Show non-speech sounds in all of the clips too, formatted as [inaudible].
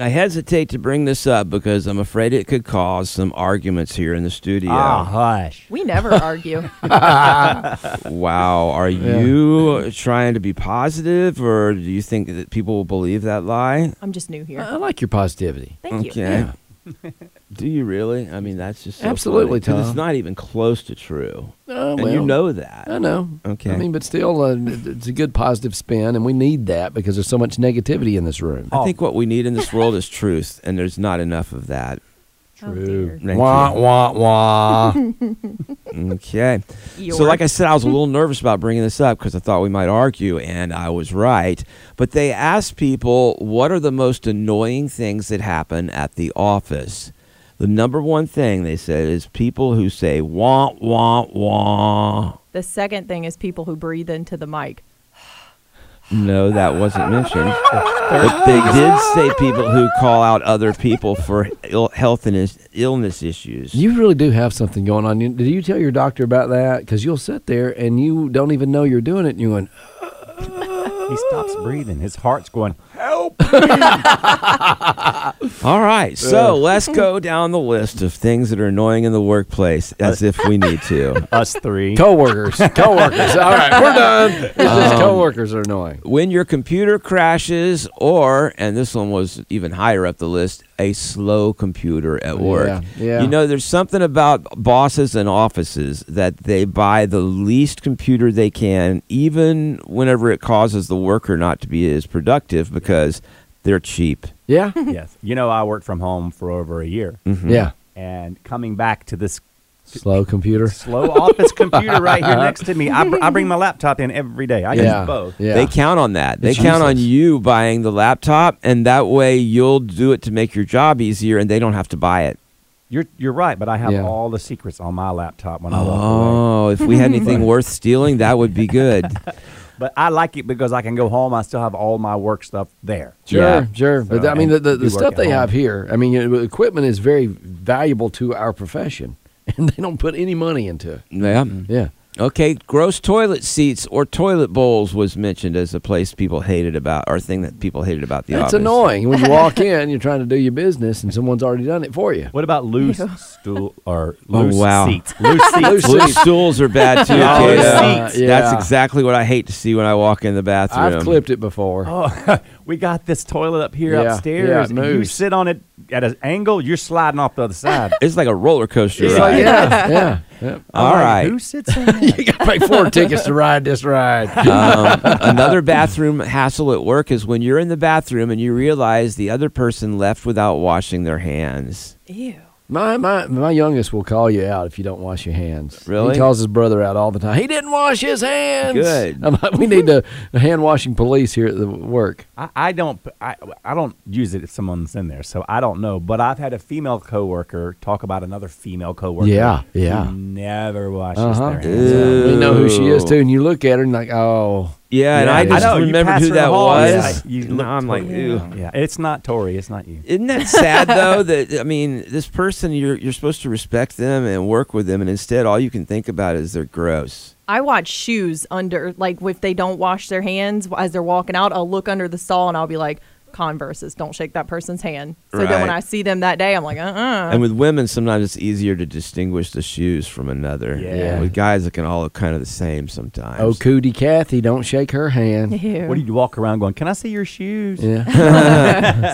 I hesitate to bring this up because I'm afraid it could cause some arguments here in the studio. Ah, hush. We [laughs] never argue. Wow, are you trying to be positive or do you think that people will believe that lie? I'm just new here. I like your positivity. Thank you. okay. [laughs] do you really? I mean, that's just so funny, Absolutely, 'cause Tom. It's not even close to true. Oh, and you well. know that. I know. Okay. I mean, but still, uh, it- it's a good positive spin, and we need that because there's so much negativity in this room. Oh, I think what we need in this world is truth, and there's not enough of that. Oh, dear. Thank wah, you. wah, wah. Okay. So, Eeyore. like I said, I was a little nervous about bringing this up because I thought we might argue, and I was right. But they asked people what are the most annoying things that happen at the office. The number one thing they said is people who say wah, wah, wah. The second thing is people who breathe into the mic. No, that wasn't mentioned. but they did say people who call out other people for Ill- health and is- illness issues. you really do have something going on. You- Did you tell your doctor about that? Because you'll sit there and you don't even know you're doing it, and you're going, [laughs] He stops breathing. His heart's going. All right, so let's go down the list of things that are annoying in the workplace as if we need to. [laughs] Us three. [laughs] coworkers, coworkers. All right, we're done. It's just coworkers are annoying. When your computer crashes, or, and this one was even higher up the list, a slow computer at work. Yeah, yeah. You know, there's something about bosses and offices that they buy the least computer they can, even whenever it causes the worker not to be as productive because they're cheap. Yeah, yes. You know, I worked from home for over a year, yeah. and coming back to this Slow computer. slow office computer right here next to me, I, br- I bring my laptop in every day. I yeah, use both. yeah. They count on that. They It's count on useless. you buying the laptop, and that way you'll do it to make your job easier, and they don't have to buy it. You're you're right, but I have Yeah. all the secrets on my laptop when I walk away. Oh, if we had [laughs] anything worth stealing, that would be good. But I like it because I can go home. I still have all my work stuff there. Sure, Yeah. sure. But So, I mean, and the, the, you the work stuff at they home. have here, I mean, you know, equipment is very valuable to our profession, [laughs] and they don't put any money into it. Yeah. Yeah. Okay, gross toilet seats or toilet bowls was mentioned as a place people hated about, or thing that people hated about the It's office. annoying when you walk in, you're trying to do your business, and someone's already done it for you. What about [laughs] loose stool or Oh, loose wow. seats? Loose seats. Blue stools are bad [laughs] too. Oh, Kato. yeah. That's Yeah. exactly what I hate to see when I walk in the bathroom. I've clipped it before. Oh, [laughs] we got this toilet up here Yeah, yeah, upstairs. it and you moves. sit on it at an angle, you're sliding off the other [laughs] side. It's like a roller coaster It's ride. like, yeah, yeah, yeah. All right. Who [laughs] sits on that? You got to pay four tickets to ride this ride. [laughs] um, another bathroom hassle at work is when you're in the bathroom and you realize the other person left without washing their hands. Ew. [laughs] My, my my youngest will call you out if you don't wash your hands. Really? He calls his brother out all the time. He didn't wash his hands. Good. I'm like, we need a, a hand washing police here at the work. I, I don't. I, I don't use it if someone's in there, so I don't know. But I've had a female coworker talk about another female coworker. Yeah, who yeah. Never washes Uh huh. Uh-huh. their hands. You know who she is too, and you look at her and like, oh, Yeah, and Yeah, I I just know, you remembered pass who her in the that hall, was. it's like, you No, look I'm like, totally- ew. Yeah, it's not Tori. It's not you. Isn't that sad though? [laughs] That I mean, this person you're you're supposed to respect them and work with them, and instead all you can think about is they're gross. I watch shoes under, like, if they don't wash their hands as they're walking out, I'll look under the stall and I'll be like, Converses, don't shake that person's hand. So then when Right. I see them that day, I'm like, uh [laughs] Uh-huh. uh And with women, sometimes it's easier to distinguish the shoes from another. Yeah. With guys, it can all look kind of the same sometimes. Oh, Cootie Kathy, don't shake her hand. What do you walk around going? Can I see your shoes? [laughs] Yeah.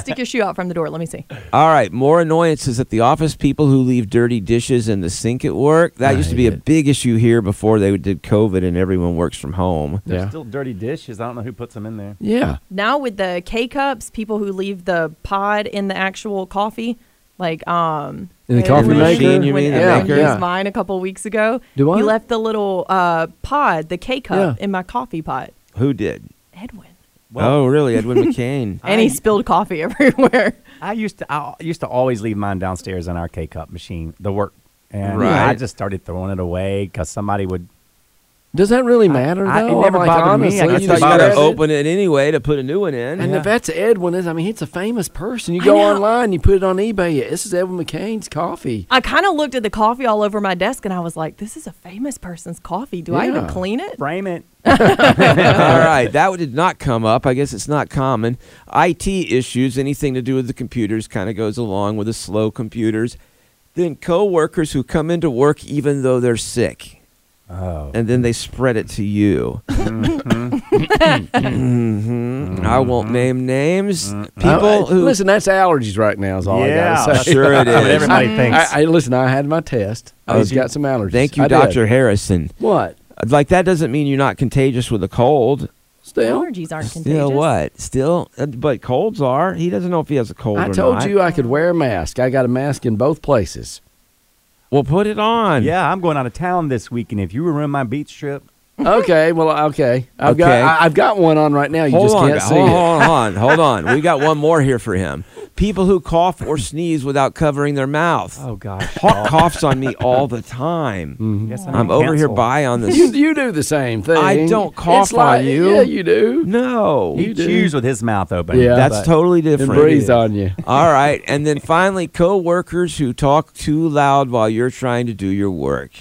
Stick your shoe out from the door. Let me see. All right, more annoyances at the office. People who leave dirty dishes in the sink at work. That used to be a big issue here before they did COVID and everyone works from home. yeah. Still dirty dishes. I don't know who puts them in there. Yeah. Now with the K cups, people who leave the pod in the actual coffee, like um In the coffee Aaron- maker? Machine, you when mean, the Aaron maker? used Yeah. mine a couple weeks ago. Do I? He left the little uh pod, the K cup, Yeah. in my coffee pot. Who did? Edwin. oh, really? Edwin McCain. And he spilled coffee [laughs] everywhere. I used to I used to always leave mine downstairs in our K cup machine, the work, and Right. I just started throwing it away because somebody would. Does that really matter, I- it though? never I'm bothered me. I guess you you just that's just about gotta it. grab it. open it anyway to put a new one in. And if that's Edwin, is I mean, he's a famous person. You go know. online, you put it on eBay. This is Edwin McCain's coffee. I kind of looked at the coffee all over my desk and I was like, this is a famous person's coffee. Do I even Yeah. clean it? Frame it. All right, that did not come up. I guess it's not common. IT issues, anything to do with the computers, kind of goes along with the slow computers. Then coworkers who come into work even though they're sick, Oh, and then they spread it to you. Mm-hmm. [laughs] Mhm. I won't name names. People Uh, who listen, that's allergies right now. Oh, Is all I yeah, gotta say. Sure it That's what is. Everybody thinks. I, I listen. I had my test. I Oh, just you- got some allergies. Thank I you, did. Doctor Harrison. Uh, What? Like that doesn't mean you're not contagious with a cold. Still, Allergies aren't contagious. Still what? Still, uh, but colds are. He doesn't know if he has a cold. I or told not. you I could wear a mask. I got a mask in both places. Well, put it on. yeah, I'm going out of town this week, and if you ruin my beach trip, Okay. Well, okay. I've got Okay. I, I've got one on right now. You hold just on, can't guy. see hold, it. hold on, [laughs] hold on. We got one more here for him. People who cough or sneeze without covering their mouth. oh gosh, Hawk coughs on me all the [laughs] time. Yes, I'm over here cancel. by on Mm-hmm. You, this. you do the same thing. I don't It's cough on like- you. Yeah, you do. No, He You do. chews with his mouth open. Yeah. that's but- totally It different. breathes on you. [laughs] All right, and then finally, coworkers who talk too loud while you're trying to do your [laughs] work.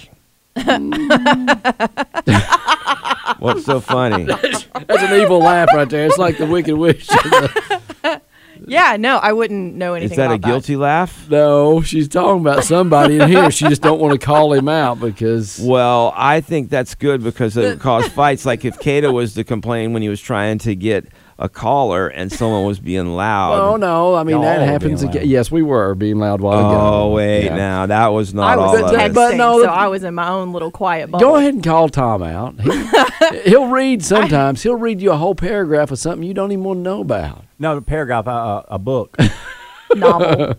What's so funny? That's an evil laugh right there. It's like the Wicked Witch. [laughs] Yeah, no, I wouldn't know anything Is that a about guilty laugh? no, she's talking about somebody in here. She just don't want to call him out because Well, I think that's good because it would [laughs] cause fights. Like if Cato was to complain when he was trying to get a caller and someone was being Oh loud. no! I mean Y'all that were happens being again. loud. Yes, we were being loud while Oh ago. wait, Yeah. now that was I not was all of texting, it. but no, so the- I was in my own little quiet bubble. Go ahead and call Tom out. He, will read sometimes. he'll read you a whole paragraph of something you don't even want to know about, no paragraph, uh, uh, a book. [laughs] Novel.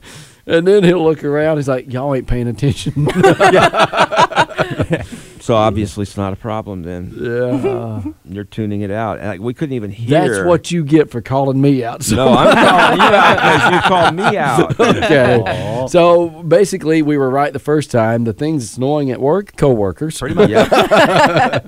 and then he'll look around. He's like, "Y'all ain't paying attention." [laughs] So obviously it's not a problem then. yeah, [laughs] You're tuning it out. And like, we couldn't even hear. that's what you get for calling me out. [laughs] So, No, I'm calling you out because you called me out. okay. so basically, we were right the first time. The things that's annoying at work, coworkers. Pretty much. Yeah.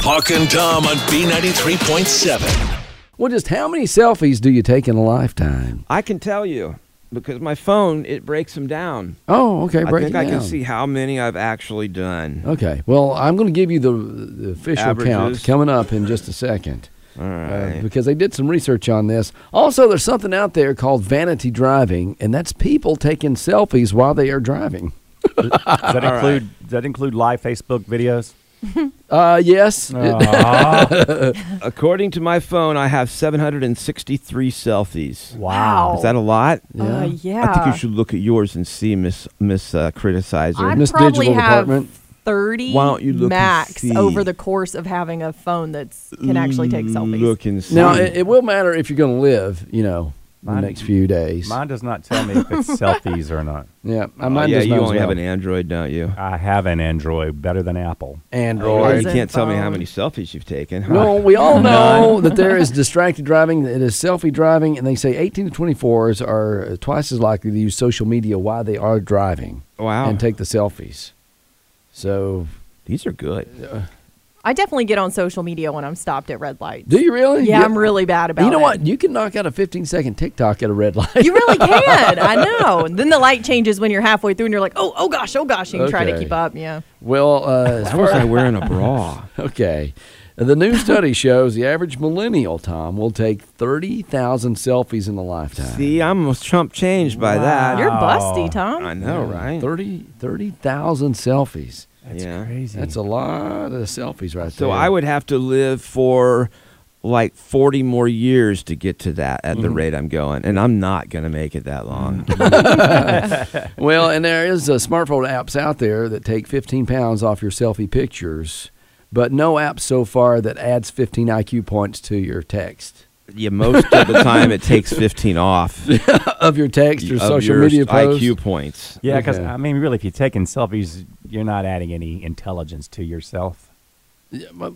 Hawk and Tom on B93.7. Well, just how many selfies do you take in a lifetime? I can tell you because my phone it breaks them down. Oh, okay. I break think it I can down. see how many I've actually done. Okay. Well, I'm going to give you the, the official count Averages. coming up in just a second. All Uh, right. because they did some research on this. Also, there's something out there called vanity driving, and that's people taking selfies while they are driving. Does that include? Does that include live Facebook videos? Oh, Uh, yes. Oh, [laughs] According to my phone, I have 763 selfies. Wow. Is that a lot? Uh, yeah. I think you should look at yours and see, Miss Miss uh, Criticizer. I Miss probably Digital have Department. 30 Why don't you look and max see? Mm, over the course of having a phone that can actually take selfies. Look and see. Now, it, it will matter if you're going to live, you know, the Mine- next few days. Mine does not tell me if [laughs] it's selfies or not. yeah, I Oh, might yeah, just you might as only have well. an Android, don't you? I have an Android, better than Apple. Android. Well, you Doesn't can't tell me how phone. many selfies you've taken. huh? Well, we all know that there is distracted driving, that it is selfie driving, and they say 18 to 24s are twice as likely to use social media while they are driving [laughs] Wow. and take the selfies. So, These are good. I definitely get on social media when I'm stopped at red lights. Do you really? Yeah, I'm really bad about You know it. what? You can knock out a 15 second TikTok at a red light. [laughs] You really can. I know. And then the light changes when you're halfway through and you're like, oh, oh gosh, oh gosh. You can try to Okay. keep up. Yeah. well, uh, [laughs] as Why far was I wearing a bra? Okay. The new study shows the average millennial, Tom, will take 30,000 selfies in a lifetime. [laughs] See, I'm almost chump changed by that. You're busty, Tom. I know, right? 30 30,000 selfies. That's yeah. Crazy. That's a lot of selfies right there. So I would have to live for like 40 more years to get to that at the Mm-hmm. rate I'm going. And I'm not going to make it that long. Well, and there is uh, smartphone apps out there that take 15 pounds off your selfie pictures, but no app so far that adds 15 IQ points to your text. [laughs] yeah, most of the time it takes 15 off Of [laughs] your text or of social your media posts. IQ points. yeah, because Okay. I mean, really, if you're taking selfies, you're not adding any intelligence to yourself. What,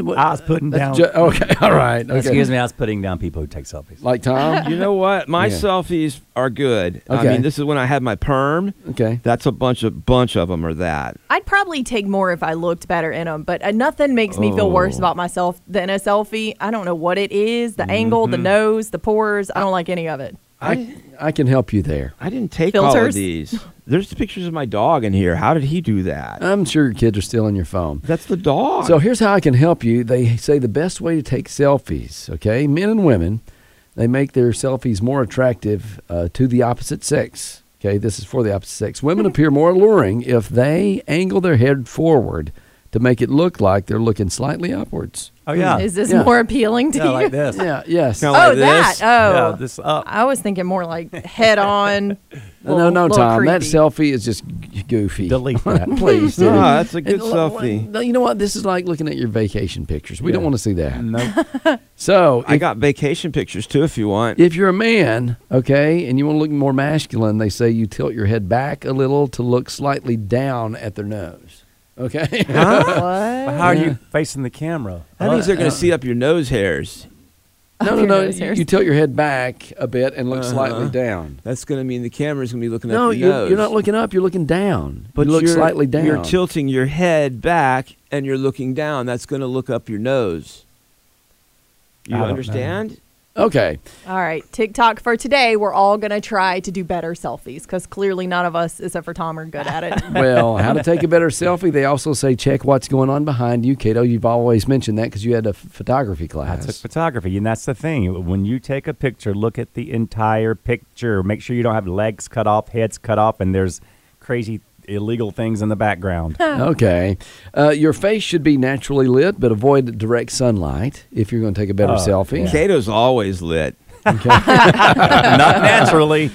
what, I was putting down. that's ju- okay, [laughs] all right. Okay. Excuse me, I was putting down people who take selfies. Like Tom? [laughs] You know what? My Yeah. selfies are good. Okay. I mean, this is when I had my perm. Okay. That's a bunch of bunch of them are that. I'd probably take more if I looked better in them, but uh, nothing makes me feel worse Oh. about myself than a selfie. I don't know what it is the angle, the nose, the pores. I don't like any of it. I, I can help you there. I didn't take all of Filters? these. There's pictures of my dog in here. How did he do that? I'm sure your kids are still on your phone. That's the dog. Uh, So here's how I can help you. They say the best way to take selfies, okay? Men and women, they make their selfies more attractive uh, to the opposite sex. Okay, this is for the opposite sex. Women appear more alluring if they angle their head forward to make it look like they're looking slightly upwards. Oh yeah, Is this Yeah. more appealing to yeah, you? like this. Yeah, yes. Kinda [laughs] Oh, like that. this. Oh. Yeah, this uh, up. I was thinking more like head on. no, no, Tom, that self. selfie is just g- goofy. [laughs] Delete that. [laughs] Please, dude. Ah, [laughs] that's a good And lo- selfie. No, you know what? This is like looking at your vacation pictures. We don't Yeah. want to see that. [laughs] no, So, I got vacation pictures too if you want. if you're a man, okay, and you want to look more masculine, they say you tilt your head back a little to look slightly down at their nose. Okay. But how are you facing the camera? That means they're going to see up your nose hairs. [laughs] no, no, your no. nose You, hairs. you tilt your head back a bit and look slightly down. That's going to mean Uh-huh. the camera's going to be looking No, up your you're, nose. you're not looking up. You're looking down. But But you look you're- slightly down. You're tilting your head back and you're looking down. That's going to look up your nose. You I don't know. understand? Okay. All right, TikTok for today. We're all going to try to do better selfies because clearly none of us, except for Tom, are good at it. Well, how to take [laughs] a better selfie? They also say check what's going on behind you, Cato. You've always mentioned that because you had a ph- photography Oh, I class. took photography, and that's the thing. When you take a picture, look at the entire picture. Make sure you don't have legs cut off, heads cut off, and there's crazy illegal things in the [laughs] background. Okay. Uh, your face should be naturally lit, but avoid direct sunlight if you're going to take a Oh, better selfie. [laughs] Cato's always lit. Not naturally.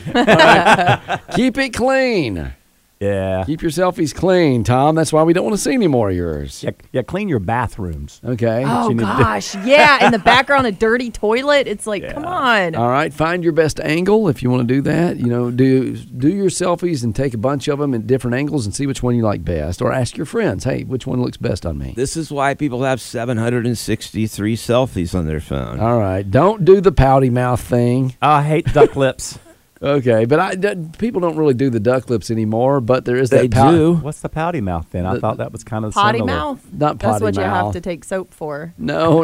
Keep it clean. yeah. Keep your selfies clean, Tom. That's why we don't want to see any more of yours. yeah. Yeah. Clean your bathrooms. Okay. [laughs] oh need to do. [laughs] gosh, yeah. In the background, a dirty toilet. It's like, come on. All right. Find your best angle if you want to do that. You know, do do your selfies and take a bunch of them at different angles and see which one you like best, or ask your friends, hey, which one looks best on me. This is why people have 763 selfies on their phone. All right. Don't do the pouty mouth thing. I hate [laughs] duck lips. Okay, but I d- people don't really do the duck lips anymore. But there is they that pout- do. What's the pouty mouth then? I thought that was kind of potty similar. mouth. Not That's potty what you mouth. have to take soap for. No,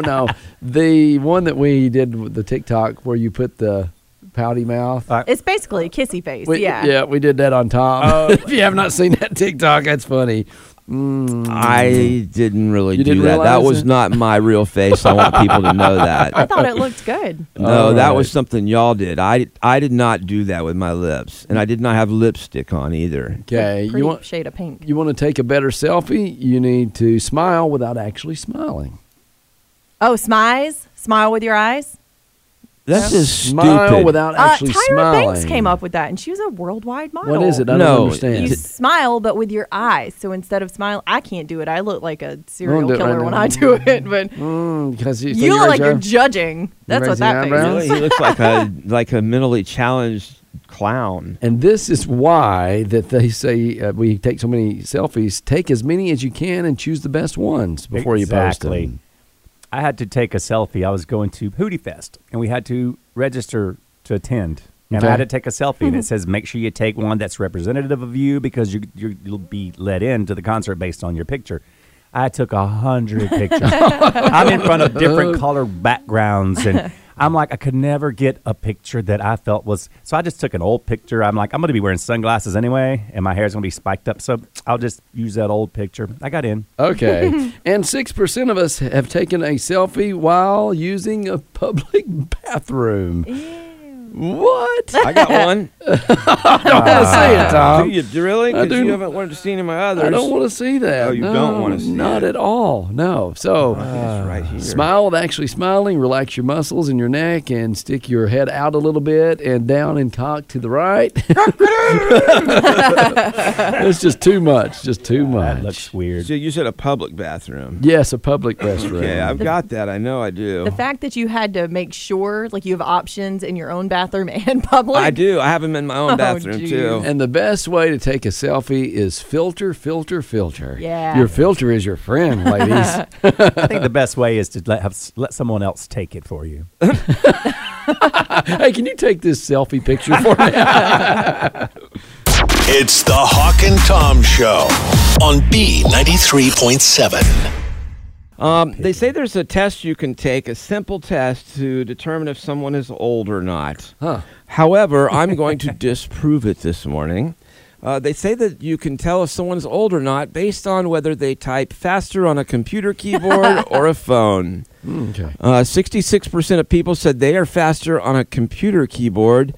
[laughs] no. the one that we did with the TikTok where you put the pouty mouth. Uh, It's basically a kissy face. We- yeah. Yeah, we did that on Tom. Oh. [laughs] if you have not seen that TikTok, that's funny. I Um, didn't really You do didn't that. That realize was it? not my real face. I want people to know that. [laughs] I thought it looked good. No, All that right. was something y'all did. I I did not do that with my lips, and I did not have lipstick on either. Okay, Pretty you want shade of pink. you want to take a better selfie? You need to smile without actually smiling. oh, smiles. Smile with your eyes. That's just Smile stupid. without Uh, actually Tyra smiling. Banks came up with that, and she was a worldwide model. What is it? I don't No, understand. You Did- smile, but with your eyes. So instead of smiling, I can't do it. I look like a serial do it killer right now. when I do it. But Mm, 'cause you, so you you look raise like you're your- judging. That's raise what your that eyebrows? face Really, is. he looks like a [laughs] like a mentally challenged clown. And this is why that they say uh, we take so many selfies. Take as many as you can and choose the best ones before you exactly. post them. I had to take a selfie. I was going to Hootie Fest, and we had to register to attend. And Okay. I had to take a selfie, [laughs] and it says, "Make sure you take one that's representative of you, because you, you you'll be let in to the concert based on your picture." I took a hundred [laughs] pictures. I'm in front of different colored backgrounds, and I'm like, I could never get a picture that I felt was. So I just took an old picture. I'm like, I'm going to be wearing sunglasses anyway, and my hair's going to be spiked up, so I'll just use that old picture. I got in. [laughs] Okay. and 6% of us have taken a selfie while using a public [laughs] bathroom. What? I [laughs] got one. Ah. I don't want to say it, Tom. do you do you really? I Because do. you haven't wanted to see any of my others. I don't want to see that. Oh, you No, don't wanna see Not it. Oh, at all. No. So It's right here. smile with actually smiling, relax your muscles in your neck, and stick your head out a little bit and down and cock to the right. [laughs] it's just too much. Just too That [laughs] much. looks weird. So you said a public bathroom. yes, a [laughs] public restroom. Okay, I've got that. I know I do. The fact that you had to make sure, like you have options in your own bathroom [laughs] and public. I do. I have them in my own Oh, bathroom geez. too. And the best way to take a selfie is filter, filter, filter. Yeah. Your filter is your friend, ladies. I think the best way is to let have, s- let someone else take it for you. hey, can you take this selfie picture for me? It's the Hawk and Tom Show on B93.7. Um, they say there's a test you can take, a simple test to determine if someone is old or not. Huh. However, I'm going to disprove it this morning. Uh, they say that you can tell if someone's old or not based on whether they type faster on a computer keyboard or a phone. okay. Uh, 66% of people said they are faster on a computer keyboard.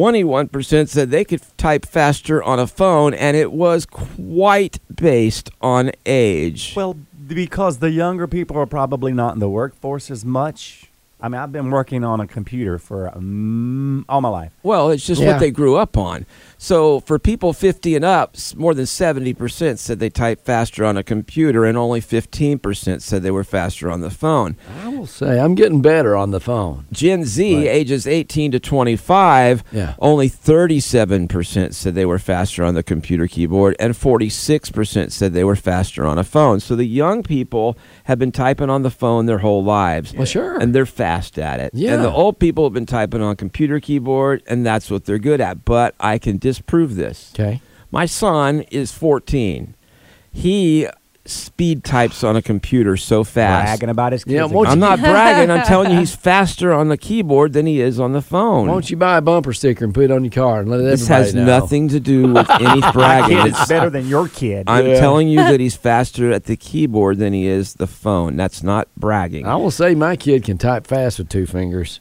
21% said they could type faster on a phone, and it was quite based on age. [laughs] Well, because the younger people are probably not in the workforce as much. I mean, I've been working on a computer for um, all my life. Well, it's just Yeah. what they grew up on. So for people 50 and up, s- more than 70% said they type faster on a computer, and only 15% said they were faster on the phone. I will say I'm getting better on the phone. Gen Z, Right. ages 18 to 25, Yeah. only 37% said they were faster on the computer keyboard, and 46% said they were faster on a phone. So the young people have been typing on the phone their whole lives. Well, sure. And they're fast at it. Yeah. And the old people have been typing on computer keyboard, and that's what they're good at. But I can disprove this. Okay. My son is 14. He speed types on a computer so fast. Bragging about his kids. [laughs] Yeah, won't I'm not bragging. I'm telling you, he's faster on the keyboard than he is on the phone. Why don't you buy a bumper sticker and put it on your car and let everybody this has know? nothing to [laughs] do with any bragging. kid is It's- better than your kid. I'm telling you [laughs] that he's faster at the keyboard than he is the phone. That's not bragging. I will say my kid can type fast with two fingers.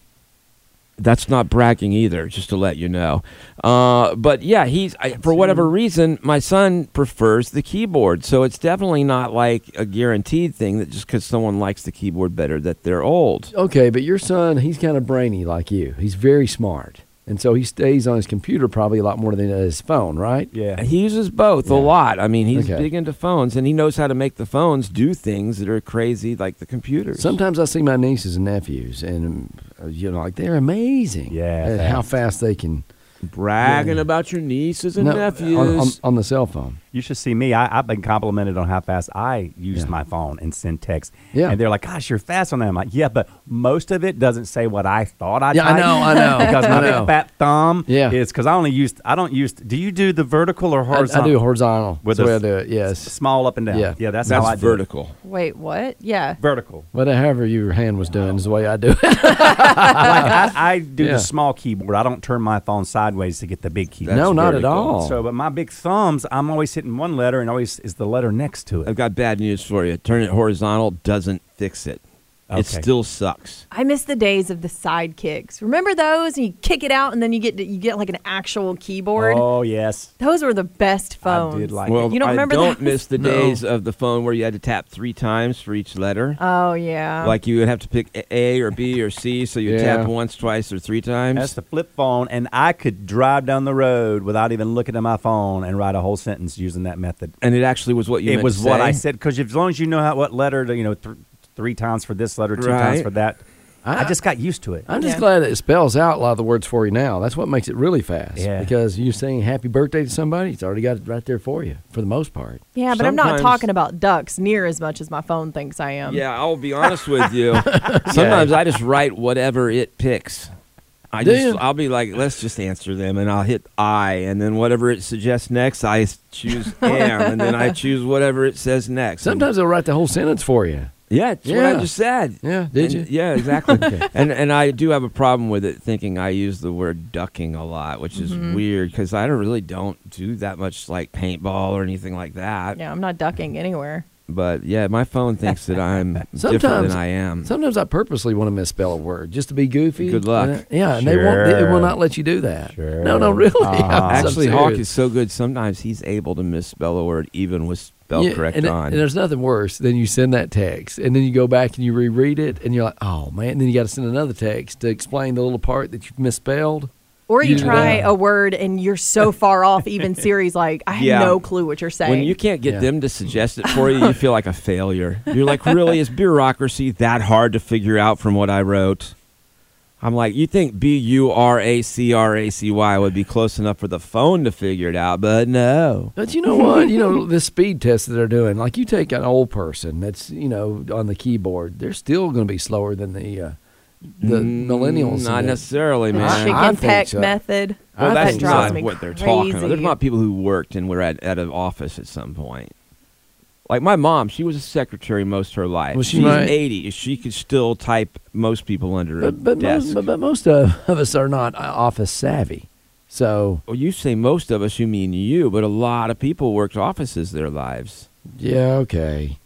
That's not bragging either, just to let you know. Uh, but yeah, he's I, for whatever reason, my son prefers the keyboard. So it's definitely not like a guaranteed thing that just because someone likes the keyboard better that they're old. Okay, but your son, he's kind of brainy like you. He's very smart. And so he stays on his computer probably a lot more than his phone, right? yeah. He uses both a lot. I mean, he's Okay. big into phones, and he knows how to make the phones do things that are crazy, like the computers. Sometimes I see my nieces and nephews, and uh, you know, like they're amazing. Yeah, at how fast they can bragging about your nieces and No, nephews. on, on, on the cell phone. You should see me. I, I've been complimented on how fast I use Yeah. my phone and send texts. Yeah. And they're like, gosh, you're fast on that. I'm like, yeah, but most of it doesn't say what I thought I Yeah, I typed." know, I [laughs] know, Because my I know. big fat thumb Yeah. is because I only use, I don't use, do you do the vertical or I, I horizontal? do horizontal. With That's the way I a do it. Yes. Small up and down. Yeah. Yeah, that's, That's how I do it. vertical. Wait, what? Yeah. Vertical. But however your hand was doing is the way I do it. [laughs] I, I do Yeah. the small keyboard. I don't turn my phone sideways to get the big keyboard. no, not at vertical. all. So, but my big thumbs, I'm always hitting one letter and always is the letter next to I've it. got bad news for you. Turn it horizontal doesn't fix it. It Okay. still sucks. I miss the days of the side kicks. Remember those? And you kick it out, and then you get you get like an actual keyboard. Oh, yes. Those were the best phones. like- I- Well, you don't I remember don't those? miss the No. days of the phone where you had to tap three times for each letter. [laughs] Oh yeah. like you would have to pick A- A or B or C, so you Yeah. tap once, twice, or three times. That's the flip phone, and I could drive down the road without even looking at my phone and write a whole sentence using that method. and it actually was what you it meant was to what I say. said because as long as you know how, what letter, to, you know, th- three times for this letter, two times Right. for that. I, I- just got used to it. I'm just Yeah. glad that it spells out a lot of the words for you now. That's what makes it really fast. Yeah. Because you saying happy birthday to somebody, it's already got it right there for you for the most part. yeah, but I'm not sometimes- talking about ducks near as much as my phone thinks I [laughs] am. Yeah, I'll be honest with you. Sometimes I just write whatever it picks. I Do just you? I'll be like, let's just answer them, and I'll hit I, and then whatever it suggests next, I s- choose [laughs] am, and then I choose whatever it says next. Sometimes they'll write the whole sentence for you. yeah, it's what Yeah. I just said. Yeah, did And- you? Yeah, [laughs] exactly. And and I do have a problem with it, thinking I use the word ducking a lot, which is Mm-hmm. weird because I don't really don't do that much like paintball or anything like that. Yeah, I'm not ducking anywhere. But yeah, my phone thinks that [laughs] I'm different Sometimes than I am. Sometimes I purposely want to misspell a word just to be goofy. Good luck. And, yeah, and they won't. They Sure. will not let you do that. Sure. No, no, really. Uh-huh. I'm Ah. Actually, serious. Hawk is so good. Sometimes he's able to misspell a word even with spell Yeah, correct and, it- on. and there's nothing worse than you send that text and then you go back and you reread it and you're like, oh man. And then you got to send another text to explain the little part that you've misspelled. Or you Yeah. try a word and you're [laughs] so far off, even series like I have Yeah. no clue what you're saying. when you can't get Yeah. them to suggest it for you, you feel like a [laughs] failure. You're like, really, is bureaucracy that hard to figure out from what I wrote? I'm like, you think B U R A C R A C Y would be close enough for the phone to figure it out, but no. But you know what? you [laughs] know this speed test that they're doing. Like you take an old person that's you know on the keyboard, they're still going to be slower than the uh, the millennials. in Mm, Not that. necessarily, the man. chicken I think peck so. method. Well, Well, I that's think that drives not me what they're crazy. talking about. There's not people who worked and were at, at an office at some point. Like my mom, she was a secretary most of her life. Well, she She's might- 80. She could still type most people under a But but desk. most, but, but most of, of us are not uh, office savvy. So Well, you say most of us, you mean you, but a lot of people worked offices their lives. yeah, okay.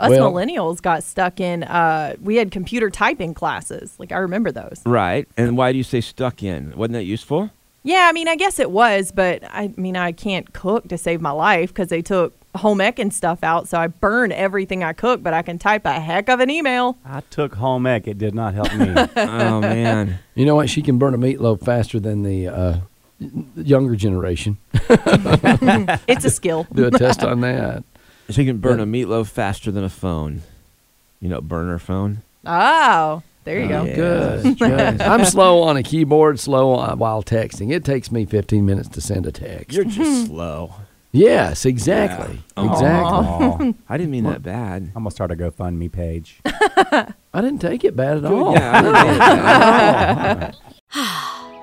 Us Well- millennials got stuck in. Uh, we had computer typing classes. Like I remember those. Right. And why do you say stuck in? Wasn't that useful? Yeah, I mean, I guess it was, but I mean, I can't cook to save my life because they took home ec and stuff out, so I burn everything I cook, but I can type a heck of an email. I took home ec. It did not help [laughs] me. [laughs] oh, man. You know what? She can burn a meatloaf faster than the uh, younger generation. It's [laughs] a skill. Do a test on that. So you can burn a meatloaf faster than a phone. You know, burner phone? Oh, there you go. Yeah. Good. good. Uh, I'm slow on a keyboard, slow on, while texting. It takes me 15 minutes to send a text. You're Oh, just [laughs] slow. yes, exactly. Exactly. Aw. I didn't mean that bad. I'm gonna start a GoFundMe page. I didn't take it bad at all. Yeah, I didn't mean that.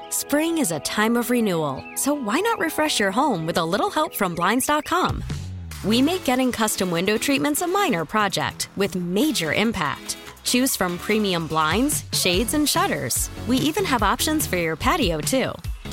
Spring is a time of renewal, so why not refresh your home with a little help from Blinds.com? We make getting custom window treatments a minor project with major impact. Choose from premium blinds, shades, and shutters. We even have options for your patio, too.